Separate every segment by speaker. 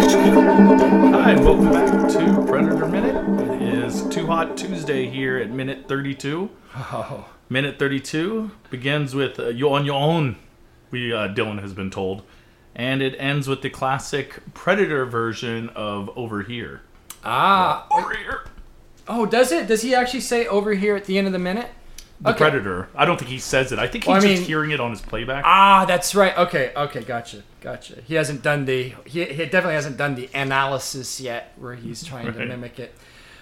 Speaker 1: Hi, and welcome back to Predator Minute. It is Too Hot Tuesday here at minute 32. Oh. Minute 32 begins with uh, "You on your own," we uh, Dylan has been told, and it ends with the classic Predator version of "Over Here."
Speaker 2: Ah.
Speaker 1: Over here.
Speaker 2: Oh, does it? Does he actually say over here at the end of the minute?
Speaker 1: The
Speaker 2: Okay.
Speaker 1: Predator. I don't think he says it. I think he's
Speaker 2: Well, I
Speaker 1: just
Speaker 2: mean-
Speaker 1: hearing it on his playback.
Speaker 2: Ah, that's right. Okay, okay, gotcha, gotcha. He hasn't done the he, he definitely hasn't done the analysis yet, where he's trying to
Speaker 1: Right.
Speaker 2: mimic it.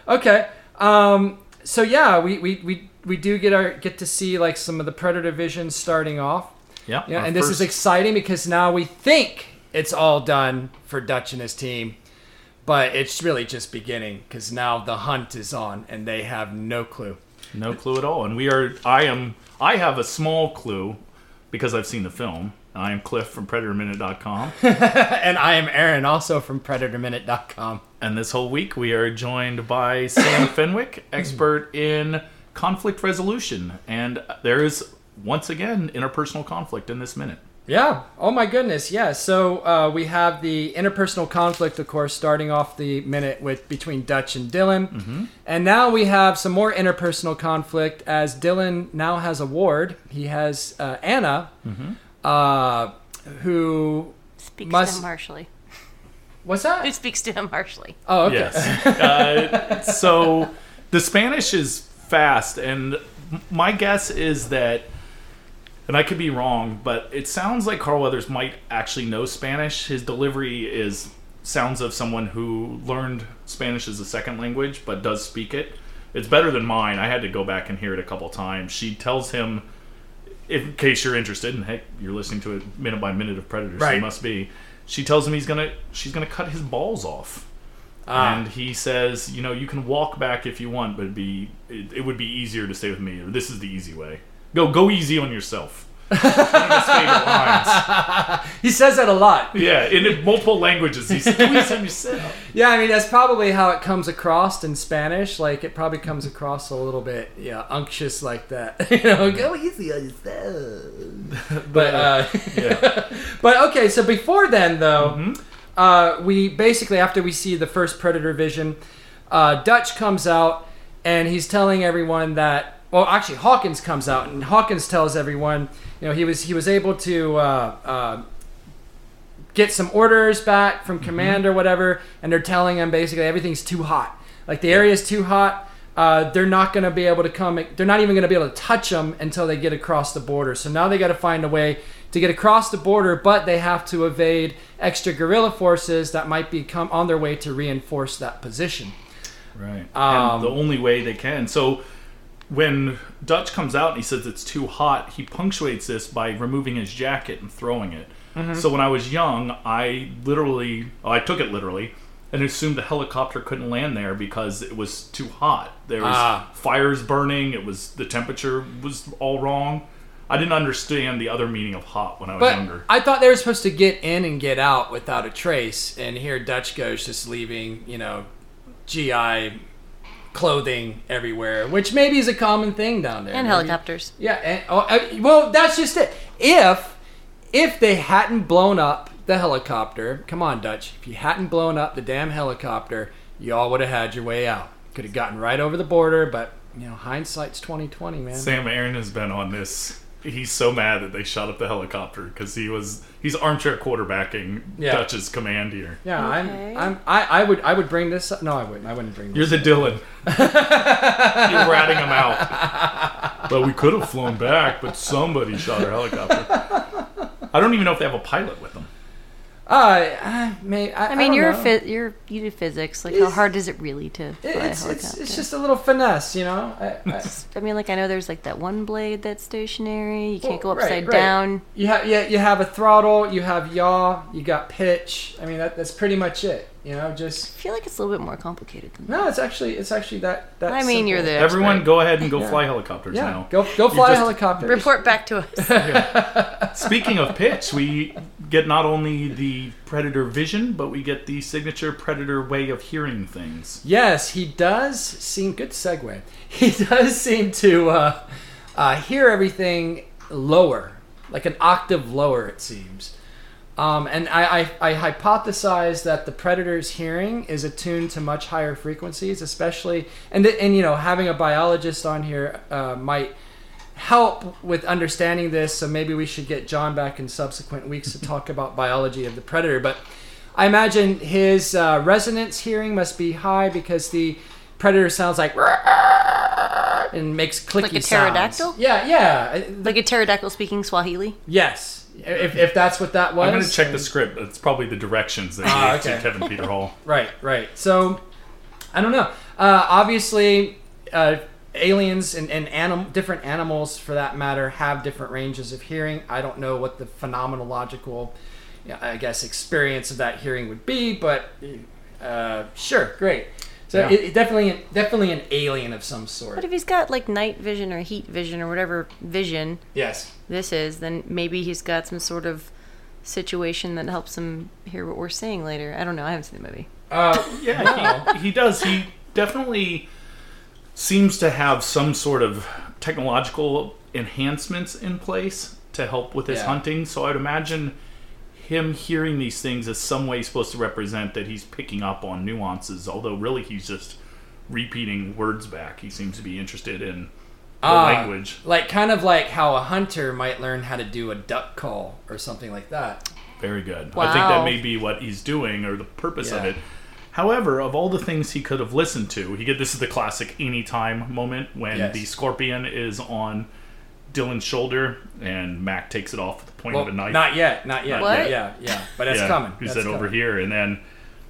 Speaker 2: Okay, um, so yeah, we, we we we do get our get to see like some of the predator vision starting off.
Speaker 1: yeah.
Speaker 2: Yeah,
Speaker 1: our
Speaker 2: and this is
Speaker 1: first-
Speaker 2: exciting because now we think it's all done for Dutch and his team, but it's really just beginning because now the hunt is on and they have no clue.
Speaker 1: No clue at all. And we are. I am. I have a small clue because I've seen the film. I am Cliff from PredatorMinute.com,
Speaker 2: And I am Aaron, also from PredatorMinute.com.
Speaker 1: and this whole week we are joined by Sam Fenwick, expert in conflict resolution. And there is once again interpersonal conflict in this minute.
Speaker 2: Yeah. Oh my goodness. Yeah. So uh, we have the interpersonal conflict, of course, starting off the minute with between Dutch and Dylan, and now we have some more interpersonal conflict as Dylan now has a ward. He has uh, Anna, uh, who
Speaker 3: Speaks
Speaker 2: Must-
Speaker 3: to him harshly.
Speaker 2: what's
Speaker 3: Who
Speaker 2: that?
Speaker 3: speaks to him harshly?
Speaker 2: Oh, okay.
Speaker 1: Yes. uh, so the Spanish is fast, and m- my guess is that, and I could be wrong, but it sounds like Carl Weathers might actually know Spanish. His delivery is sounds of someone who learned Spanish as a second language but does speak it. It's better than mine. I had to go back and hear it a couple times. She tells him, if, in case you're interested, and heck, you're listening to it minute by minute of Predators, so you
Speaker 2: Right.
Speaker 1: must be. She tells him he's gonna, she's gonna cut his balls off and he says, you know, you can walk back if you want, but it'd be it, it would be easier to stay with me. Or this is the easy way. Go go easy on yourself. One of his favorite lines.
Speaker 2: He says that a lot.
Speaker 1: Yeah, in multiple languages, he says, "Go easy on yourself."
Speaker 2: Yeah, I mean that's probably how it comes across in Spanish. Like it probably comes across a little bit, yeah, unctuous like that. you know, go easy on yourself. But uh,
Speaker 1: Yeah,
Speaker 2: But okay, so before then, though, uh, we basically after we see the first Predator Vision, uh, Dutch comes out and he's telling everyone that. Well, actually, Hawkins comes out and Hawkins tells everyone, you know, he was he was able to uh, uh, get some orders back from command or whatever, and they're telling him basically everything's too hot. Like the area's too hot. Uh, they're not going to be able to come. They're not even going to be able to touch them until they get across the border. So now they got to find a way to get across the border, but they have to evade extra guerrilla forces that might be come on their way to reinforce that position.
Speaker 1: right.
Speaker 2: Um,
Speaker 1: and the only way they can. So when Dutch comes out and he says it's too hot, he punctuates this by removing his jacket and throwing it.
Speaker 2: Mm-hmm.
Speaker 1: So when I was young, I literally, oh, I took it literally, and assumed the helicopter couldn't land there because it was too hot. There was
Speaker 2: Ah.
Speaker 1: fires burning. It was the temperature was all wrong. I didn't understand the other meaning of hot when I was
Speaker 2: But
Speaker 1: younger.
Speaker 2: I thought they were supposed to get in and get out without a trace, and here Dutch goes just leaving, you know, GI clothing everywhere, which maybe is a common thing down there.
Speaker 3: And
Speaker 2: Maybe-
Speaker 3: helicopters.
Speaker 2: Yeah, and, oh, I- well, that's just it. If if they hadn't blown up the helicopter, come on, Dutch. If you hadn't blown up the damn helicopter, y'all would have had your way out. Could have gotten right over the border, but you know, hindsight's twenty twenty, man.
Speaker 1: Sam Aaron has been on this. He's so mad that they shot up the helicopter because he was he's armchair quarterbacking
Speaker 2: Yeah.
Speaker 1: Dutch's command here.
Speaker 2: Yeah,
Speaker 3: Okay.
Speaker 2: I'm, I'm, I, I would, I would bring this. up. No, I wouldn't. I wouldn't bring this.
Speaker 1: You're the Dylan. You're ratting him out. But we could have flown back, but somebody shot our helicopter. I don't even know if they have a pilot with them.
Speaker 2: Uh, I, may, I,
Speaker 3: I mean,
Speaker 2: don't
Speaker 3: you're a
Speaker 2: know.
Speaker 3: phys- you're you do physics. Like, how
Speaker 2: It's-
Speaker 3: hard is it really to fly
Speaker 2: It-
Speaker 3: a
Speaker 2: It's,
Speaker 3: helicopter?
Speaker 2: it's, it's just a little finesse, you know. I, I,
Speaker 3: I mean, like I know there's like that one blade that's stationary. You can't
Speaker 2: Well,
Speaker 3: go
Speaker 2: right,
Speaker 3: upside
Speaker 2: right.
Speaker 3: down.
Speaker 2: you have, yeah, you have a throttle, you have yaw, you got pitch. I mean, that, that's pretty much it. You know, just
Speaker 3: I feel like it's a little bit more complicated than that.
Speaker 2: no. It's actually, it's actually that. that
Speaker 3: I mean, you're the
Speaker 2: simple.
Speaker 3: expert.
Speaker 1: Everyone, go ahead and go fly helicopters
Speaker 2: Yeah,
Speaker 1: now.
Speaker 2: go go fly a
Speaker 1: just-
Speaker 2: helicopter.
Speaker 3: Report back to us.
Speaker 1: Speaking of pitch, we get not only the the predator vision, but we get the signature predator way of hearing things.
Speaker 2: Yes, he does seem good segue. He does seem to uh, uh, hear everything lower, like an octave lower, it seems. Um, and I, I, I hypothesize that the predator's hearing is attuned to much higher frequencies, especially and th- and you know having a biologist on here uh, might help with understanding this. So maybe we should get John back in subsequent weeks to talk about biology of the predator. But I imagine his uh, resonance hearing must be high because the predator sounds like and makes clicky
Speaker 3: Like a
Speaker 2: sounds.
Speaker 3: pterodactyl?
Speaker 2: Yeah, yeah. uh,
Speaker 3: Like a pterodactyl speaking Swahili.
Speaker 2: Yes, if, if that's what that was.
Speaker 1: I'm going to check the script. It's probably the directions they gave
Speaker 2: Ah,
Speaker 1: to
Speaker 2: okay.
Speaker 1: Kevin Peter Hall.
Speaker 2: Right, right. So, I don't know. Uh, obviously, uh, aliens and, and anim- different animals, for that matter, have different ranges of hearing. I don't know what the phenomenological, you know, I guess, experience of that hearing would be, but uh, sure, great. So
Speaker 1: Yeah.
Speaker 2: it, it definitely, definitely an alien of some sort.
Speaker 3: But if he's got like night vision or heat vision or whatever vision
Speaker 2: yes.
Speaker 3: this is, then maybe he's got some sort of situation that helps him hear what we're saying later. I don't know. I haven't seen the movie.
Speaker 2: Uh,
Speaker 1: Yeah, he, he does. He definitely seems to have some sort of technological enhancements in place to help with his
Speaker 2: Yeah.
Speaker 1: hunting. So I'd imagine him hearing these things is some way supposed to represent that he's picking up on nuances, although really he's just repeating words back. He seems to be interested in the
Speaker 2: Ah.
Speaker 1: language.
Speaker 2: like kind of like how a hunter might learn how to do a duck call or something like that.
Speaker 1: Very good. I think that
Speaker 3: Wow.
Speaker 1: may be what he's doing or the purpose of
Speaker 2: Yeah.
Speaker 1: it. However, of all the things he could have listened to, he get this is the classic anytime moment when
Speaker 2: Yes.
Speaker 1: the scorpion is on Dylan's shoulder and Mac takes it off with the point
Speaker 2: Well,
Speaker 1: of a knife.
Speaker 2: not yet, not yet.
Speaker 3: What?
Speaker 2: Yeah, yeah, yeah. But that's
Speaker 1: yeah,
Speaker 2: coming.
Speaker 1: Who
Speaker 2: that's
Speaker 1: said
Speaker 2: coming.
Speaker 1: over here? And then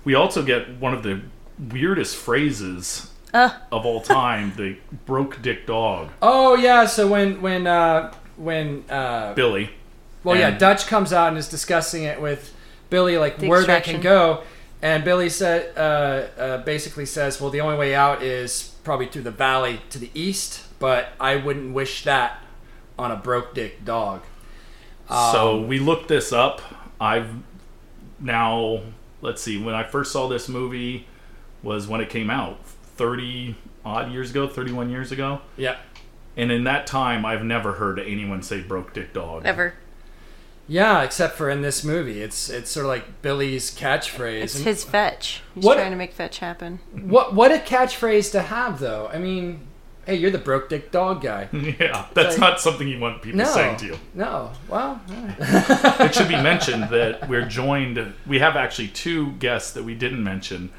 Speaker 1: we also get one of the weirdest phrases
Speaker 2: Uh.
Speaker 1: of all time: the broke dick dog,
Speaker 2: Oh yeah, so when when uh, when uh,
Speaker 1: Billy.
Speaker 2: well yeah,
Speaker 1: and-
Speaker 2: Dutch comes out and is discussing it with Billy like
Speaker 3: The
Speaker 2: where that can
Speaker 3: extraction.
Speaker 2: go, and Billy said uh, uh, basically says, well the only way out is probably through the valley to the east, but I wouldn't wish that on a broke dick dog.
Speaker 1: so
Speaker 2: Um,
Speaker 1: we looked this up. I've now let's see. When I first saw this movie was when it came out, thirty odd years ago, thirty-one years ago.
Speaker 2: Yeah.
Speaker 1: And in that time, I've never heard anyone say "broke dick dog."
Speaker 3: Ever.
Speaker 2: Yeah, except for in this movie, it's it's sort of like Billy's catchphrase.
Speaker 3: It's
Speaker 2: And
Speaker 3: his fetch. He's
Speaker 2: What-
Speaker 3: trying to make fetch happen.
Speaker 2: what what a catchphrase to have though. I mean, hey, you're the broke dick dog guy.
Speaker 1: Yeah, that's
Speaker 2: Like-
Speaker 1: not something you want people
Speaker 2: No,
Speaker 1: saying to you.
Speaker 2: no. Well, yeah.
Speaker 1: It should be mentioned that we're joined. We have actually two guests that we didn't mention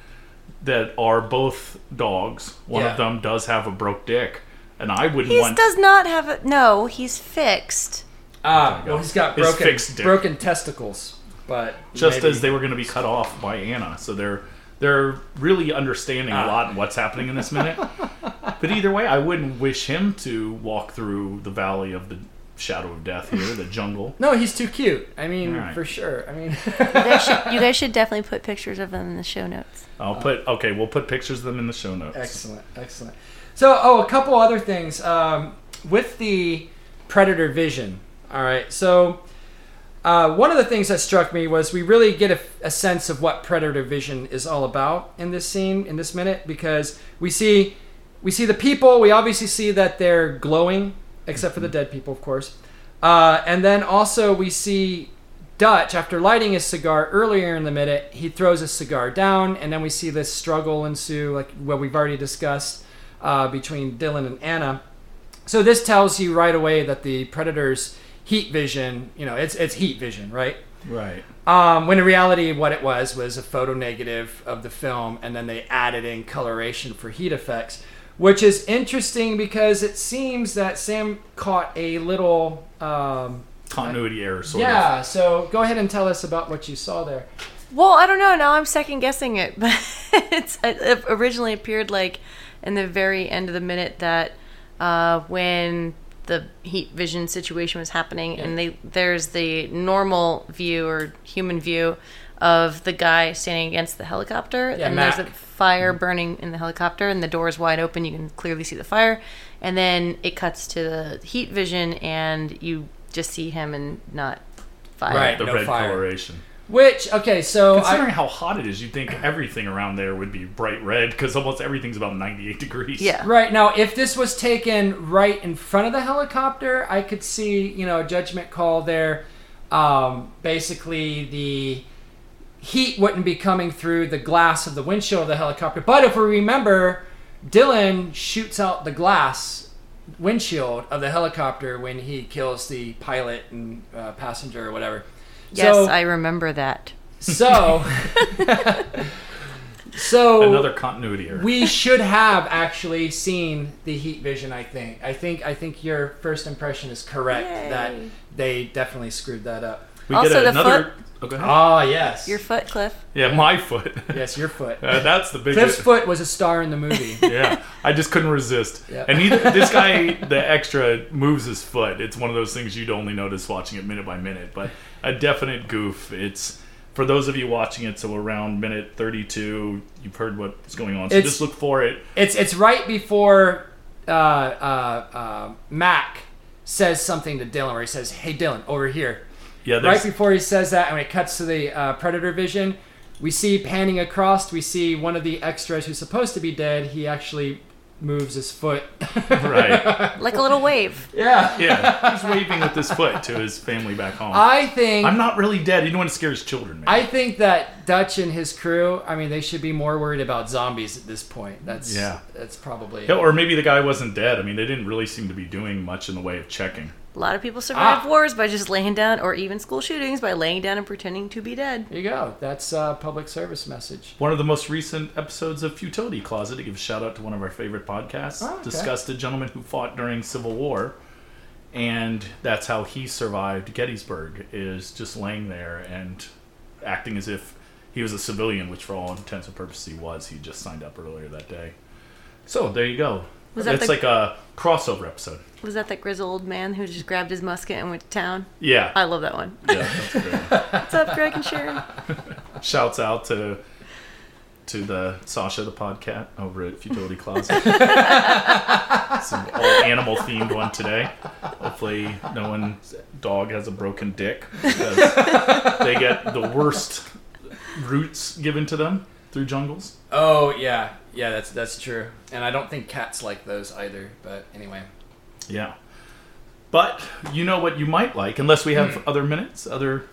Speaker 1: that are both dogs. One
Speaker 2: Yeah.
Speaker 1: of them does have a broke dick, and I wouldn't
Speaker 3: He
Speaker 1: want.
Speaker 3: does not have a. No, he's fixed.
Speaker 2: Ah,
Speaker 1: you go.
Speaker 2: well, he's got
Speaker 1: His
Speaker 2: broken
Speaker 1: fixed dick.
Speaker 2: broken testicles, but
Speaker 1: just
Speaker 2: maybe-
Speaker 1: as they were going to be cut off by Anna. So they're they're really understanding
Speaker 2: Ah.
Speaker 1: a lot what's happening in this minute. but either way, I wouldn't wish him to walk through the valley of the shadow of death here, the jungle.
Speaker 2: No, he's too cute. I mean,
Speaker 1: All right.
Speaker 2: for sure. I mean,
Speaker 3: You guys, should, you guys should definitely put pictures of them in the show notes.
Speaker 1: I'll
Speaker 2: Uh-huh.
Speaker 1: put okay. We'll put pictures of them in the show notes.
Speaker 2: excellent, excellent. So, oh, a couple other things um, with the predator vision. All right, so uh, one of the things that struck me was we really get a, a sense of what predator vision is all about in this scene, in this minute, because we see we see the people. We obviously see that they're glowing, except for the dead people, of course. Uh, and then also we see Dutch after lighting his cigar earlier in the minute. He throws his cigar down, and then we see this struggle ensue, like what we've already discussed uh, between Dylan and Anna. So this tells you right away that the predator's heat vision, you know, it's it's heat vision, right?
Speaker 1: Right.
Speaker 2: Um, when in reality, what it was was a photo negative of the film, and then they added in coloration for heat effects, which is interesting because it seems that Sam caught a little. Um,
Speaker 1: Continuity error, sort of.
Speaker 2: yeah, so go ahead and tell us about what you saw there.
Speaker 3: Well, I don't know. Now I'm second guessing it, but it's, it- it originally appeared like in the very end of the minute that uh, when the heat vision situation was happening, and they there's the normal view or human view of the guy standing against the helicopter,
Speaker 2: Yeah,
Speaker 3: and there's
Speaker 2: Mac. Mm-hmm.
Speaker 3: a fire burning in the helicopter, and the door is wide open. You can clearly see the fire, and then it cuts to the heat vision, and you just see him and not fire.
Speaker 2: Right.
Speaker 1: The
Speaker 2: No
Speaker 1: red
Speaker 2: fire.
Speaker 1: coloration.
Speaker 2: Which okay, so
Speaker 1: Considering
Speaker 2: I,
Speaker 1: how hot it is, you'd think everything around there would be bright red because almost everything's about 98 degrees.
Speaker 3: Yeah.
Speaker 2: right now, if this was taken right in front of the helicopter, I could see you know a judgment call there. Um, basically, the heat wouldn't be coming through the glass of the windshield of the helicopter. But if we remember, Dylan shoots out the glass windshield of the helicopter when he kills the pilot and uh, passenger or whatever.
Speaker 3: Yes,
Speaker 2: so,
Speaker 3: I remember that.
Speaker 2: So, so
Speaker 1: Another continuity error.
Speaker 2: we should have actually seen the heat vision. I think. I think. I think your first impression is correct
Speaker 3: Yay.
Speaker 2: that they definitely screwed that up.
Speaker 1: We
Speaker 3: Also
Speaker 1: get
Speaker 3: the
Speaker 1: another. Oh, go ahead.
Speaker 2: Ah, yes.
Speaker 3: Your foot, Cliff.
Speaker 1: yeah, my foot.
Speaker 2: yes, your foot.
Speaker 1: Uh, that's the biggest.
Speaker 2: Cliff's foot was a star in the movie.
Speaker 1: yeah, I just couldn't resist.
Speaker 2: Yeah.
Speaker 1: And he, this guy, the extra, moves his foot. It's one of those things you'd only notice watching it minute by minute, but a definite goof. It's for those of you watching it. So around minute thirty-two, you've heard what's going on. So
Speaker 2: It's-
Speaker 1: just look for it.
Speaker 2: It's it's right before uh, uh, uh, Mac says something to Dylan, where he says, "Hey, Dylan, over here."
Speaker 1: Yeah,
Speaker 2: Right
Speaker 1: there's
Speaker 2: before he says that, and when it cuts to the uh, predator vision, we see panning across. We see one of the extras who's supposed to be dead. He actually moves his foot.
Speaker 1: right.
Speaker 3: Like a little wave.
Speaker 2: yeah.
Speaker 1: Yeah, he's waving with his foot to his family back home.
Speaker 2: I think
Speaker 1: I'm not really dead. He didn't want to scare his children, man.
Speaker 2: I think that Dutch and his crew. I mean, they should be more worried about zombies at this point. That's
Speaker 1: Yeah.
Speaker 2: That's probably.
Speaker 1: Yeah, or maybe the guy wasn't dead. I mean, they didn't really seem to be doing much in the way of checking.
Speaker 3: A lot of people survive
Speaker 2: Ah.
Speaker 3: wars by just laying down, or even school shootings by laying down and pretending to be dead.
Speaker 2: There you go. That's uh, public service message.
Speaker 1: One of the most recent episodes of Futility Closet to give a shout out to one of our favorite podcasts
Speaker 2: Oh, okay.
Speaker 1: discussed a gentleman who fought during Civil War, and that's how he survived Gettysburg is just laying there and acting as if he was a civilian, which for all intents and purposes he was. He just signed up earlier that day. So there you go.
Speaker 3: Was that
Speaker 1: That's
Speaker 3: the-
Speaker 1: like a crossover episode.
Speaker 3: Was that that grizzled man who just grabbed his musket and went to town?
Speaker 1: Yeah.
Speaker 3: I love that one.
Speaker 1: yeah that's a great one.
Speaker 3: What's up, Greg and Sharon?
Speaker 1: Shouts out to to the Sasha the podcat over at Futility Closet. Some all animal themed one today. Hopefully, no one's dog has a broken dick because they get the worst roots given to them through jungles.
Speaker 2: Oh yeah, yeah. That's that's true. And I don't think cats like those either. But anyway.
Speaker 1: Yeah, but you know what you might like, unless we have
Speaker 2: Hmm.
Speaker 1: other minutes, other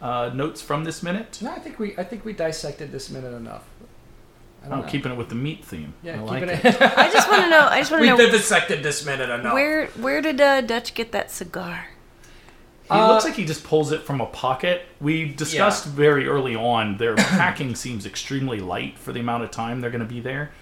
Speaker 1: uh, notes from this minute.
Speaker 2: No, I think we I think we dissected this minute enough. I
Speaker 1: I'm keeping it with the meat theme.
Speaker 2: Yeah,
Speaker 1: Oh, I
Speaker 2: keep
Speaker 1: like
Speaker 2: it.
Speaker 1: it.
Speaker 3: I just want to know. I just want
Speaker 2: we
Speaker 3: to know
Speaker 2: dissected this minute enough.
Speaker 3: where where did uh, Dutch get that cigar?
Speaker 1: He
Speaker 2: Uh,
Speaker 1: looks like he just pulls it from a pocket. We discussed very early on their packing seems extremely light for the amount of time they're going to be there,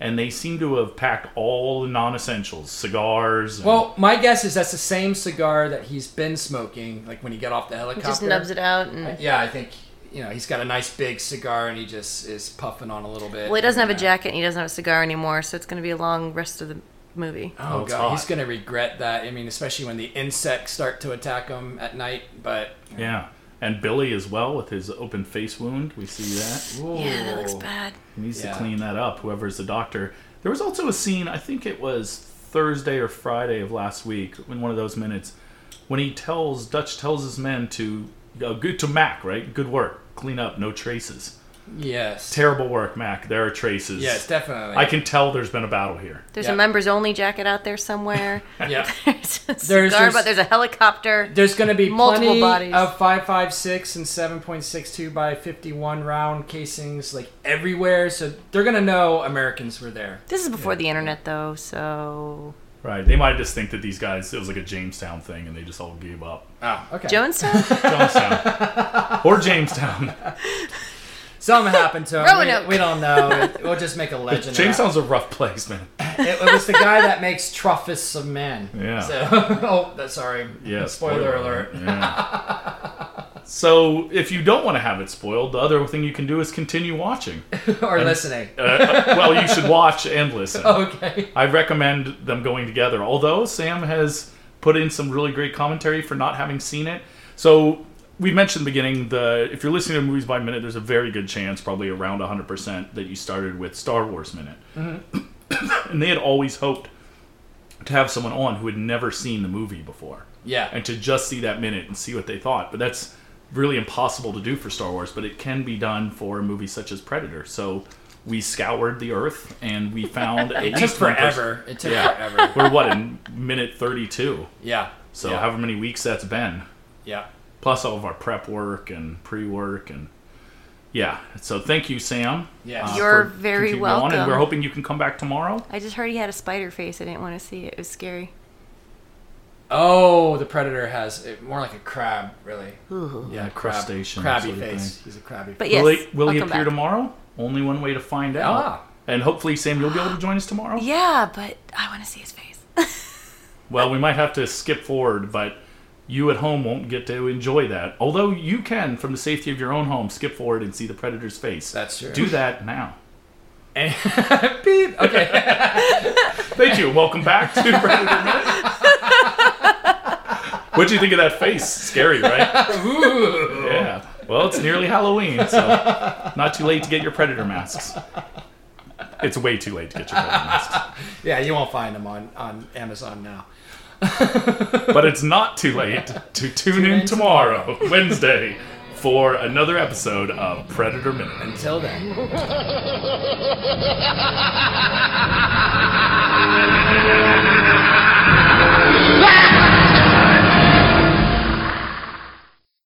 Speaker 1: and they seem to have packed all the non-essentials, cigars. and-
Speaker 2: Well, my guess is that's the same cigar that he's been smoking, like when he got off the helicopter.
Speaker 3: Just nubs it out, and
Speaker 2: Yeah, I think you know he's got a nice big cigar and he just is puffing on a little bit.
Speaker 3: well, he doesn't have a jacket and he doesn't have a cigar anymore, so it's going to be a long rest of the movie.
Speaker 2: Oh,
Speaker 1: Oh, it's
Speaker 2: god,
Speaker 1: hot.
Speaker 2: he's gonna regret that. I mean, especially when the insects start to attack him at night. But
Speaker 1: yeah, and Billy as well with his open face wound. We see that
Speaker 3: Yeah, that looks
Speaker 2: Ooh.
Speaker 3: bad.
Speaker 1: he needs
Speaker 2: Yeah.
Speaker 1: to clean that up. Whoever's the doctor. There was also a scene. I think it was Thursday or Friday of last week in one of those minutes when he tells Dutch tells his men to go good to Mac right, good work, clean up, no traces.
Speaker 2: Yes.
Speaker 1: Terrible work, Mac. There are traces.
Speaker 2: Yes, definitely.
Speaker 1: I can tell there's been a battle here.
Speaker 3: There's
Speaker 2: Yeah.
Speaker 3: a members only jacket out there somewhere.
Speaker 2: yeah.
Speaker 3: there's a cigar,
Speaker 2: There's- there's-
Speaker 3: but there's a helicopter.
Speaker 2: There's going to be
Speaker 3: Multiple
Speaker 2: plenty
Speaker 3: bodies.
Speaker 2: of 5.56 and 7.62 by 51 round casings like everywhere, so they're going to know Americans were there.
Speaker 3: This is before the internet, though, so
Speaker 1: Right. They might just think that these guys, it was like a Jamestown thing and they just all gave up.
Speaker 2: Oh, okay.
Speaker 3: Jonestown.
Speaker 1: Jonestown. or Jamestown.
Speaker 2: Something happened to him.
Speaker 3: Roanoke.
Speaker 2: We, we don't know. We'll just make a legend. of that.
Speaker 1: Jamestown's a rough place, man.
Speaker 2: It, it was the guy that makes troughs of men.
Speaker 1: Yeah.
Speaker 2: So, oh, that's sorry.
Speaker 1: Yeah.
Speaker 2: Spoiler, alert.
Speaker 1: Yeah. so if you don't want to have it spoiled, the other thing you can do is continue watching.
Speaker 2: or listening.
Speaker 1: Uh, well, you should watch and listen.
Speaker 2: Oh. Okay.
Speaker 1: I recommend them going together. Although Sam has put in some really great commentary for not having seen it. So we mentioned in the beginning the if you're listening to movies by minute, there's a very good chance, probably around 100 percent, that you started with Star Wars minute. and they had always hoped to have someone on who had never seen the movie before
Speaker 2: Yeah.
Speaker 1: and to just see that minute and see what they thought. But that's really impossible to do for Star Wars, but it can be done for a movie such as Predator. So we scoured the Earth and we found at
Speaker 4: It took
Speaker 1: least one person-
Speaker 4: forever. It took
Speaker 1: Yeah.
Speaker 4: forever.
Speaker 1: We're what in minute thirty-two.
Speaker 4: Yeah.
Speaker 1: So
Speaker 4: yeah.
Speaker 1: however many weeks that's been,
Speaker 4: yeah.
Speaker 1: plus all of our prep work and pre-work and yeah. So thank you, Sam. uh,
Speaker 4: Yes.
Speaker 3: You're
Speaker 1: for
Speaker 3: very
Speaker 1: continuing on, and
Speaker 3: welcome.
Speaker 1: we're hoping you can come back tomorrow.
Speaker 3: I just heard he had a spider face. I didn't want to see it. It was scary.
Speaker 4: Oh, the predator has it, more like a crab, really.
Speaker 1: Yeah, crustacean
Speaker 4: Crabby
Speaker 1: sort of
Speaker 4: face. He's a crabby.
Speaker 3: But
Speaker 4: face.
Speaker 3: yes,
Speaker 1: will he, will
Speaker 3: I'll
Speaker 1: he
Speaker 3: come
Speaker 1: appear
Speaker 3: back.
Speaker 1: tomorrow? Only one way to find out.
Speaker 4: Ah.
Speaker 1: And hopefully, Sam, you'll be able to join us tomorrow.
Speaker 3: Yeah, but I want to see his face.
Speaker 1: Well, we might have to skip forward, but you at home won't get to enjoy that. Although you can, from the safety of your own home, skip forward and see the predator's face.
Speaker 4: That's true.
Speaker 1: Do that now.
Speaker 2: Beep. Okay.
Speaker 1: Thank you. Welcome back to Predator Minute. What'd you think of that face? Scary, right? Yeah. Well, it's nearly Halloween, so not too late to get your predator masks. It's way too late to get your predator masks,
Speaker 4: Yeah, you won't find him on on Amazon now.
Speaker 1: but it's not too late to tune in tomorrow, Wednesday, for another episode of Predator Minute.
Speaker 4: Until then.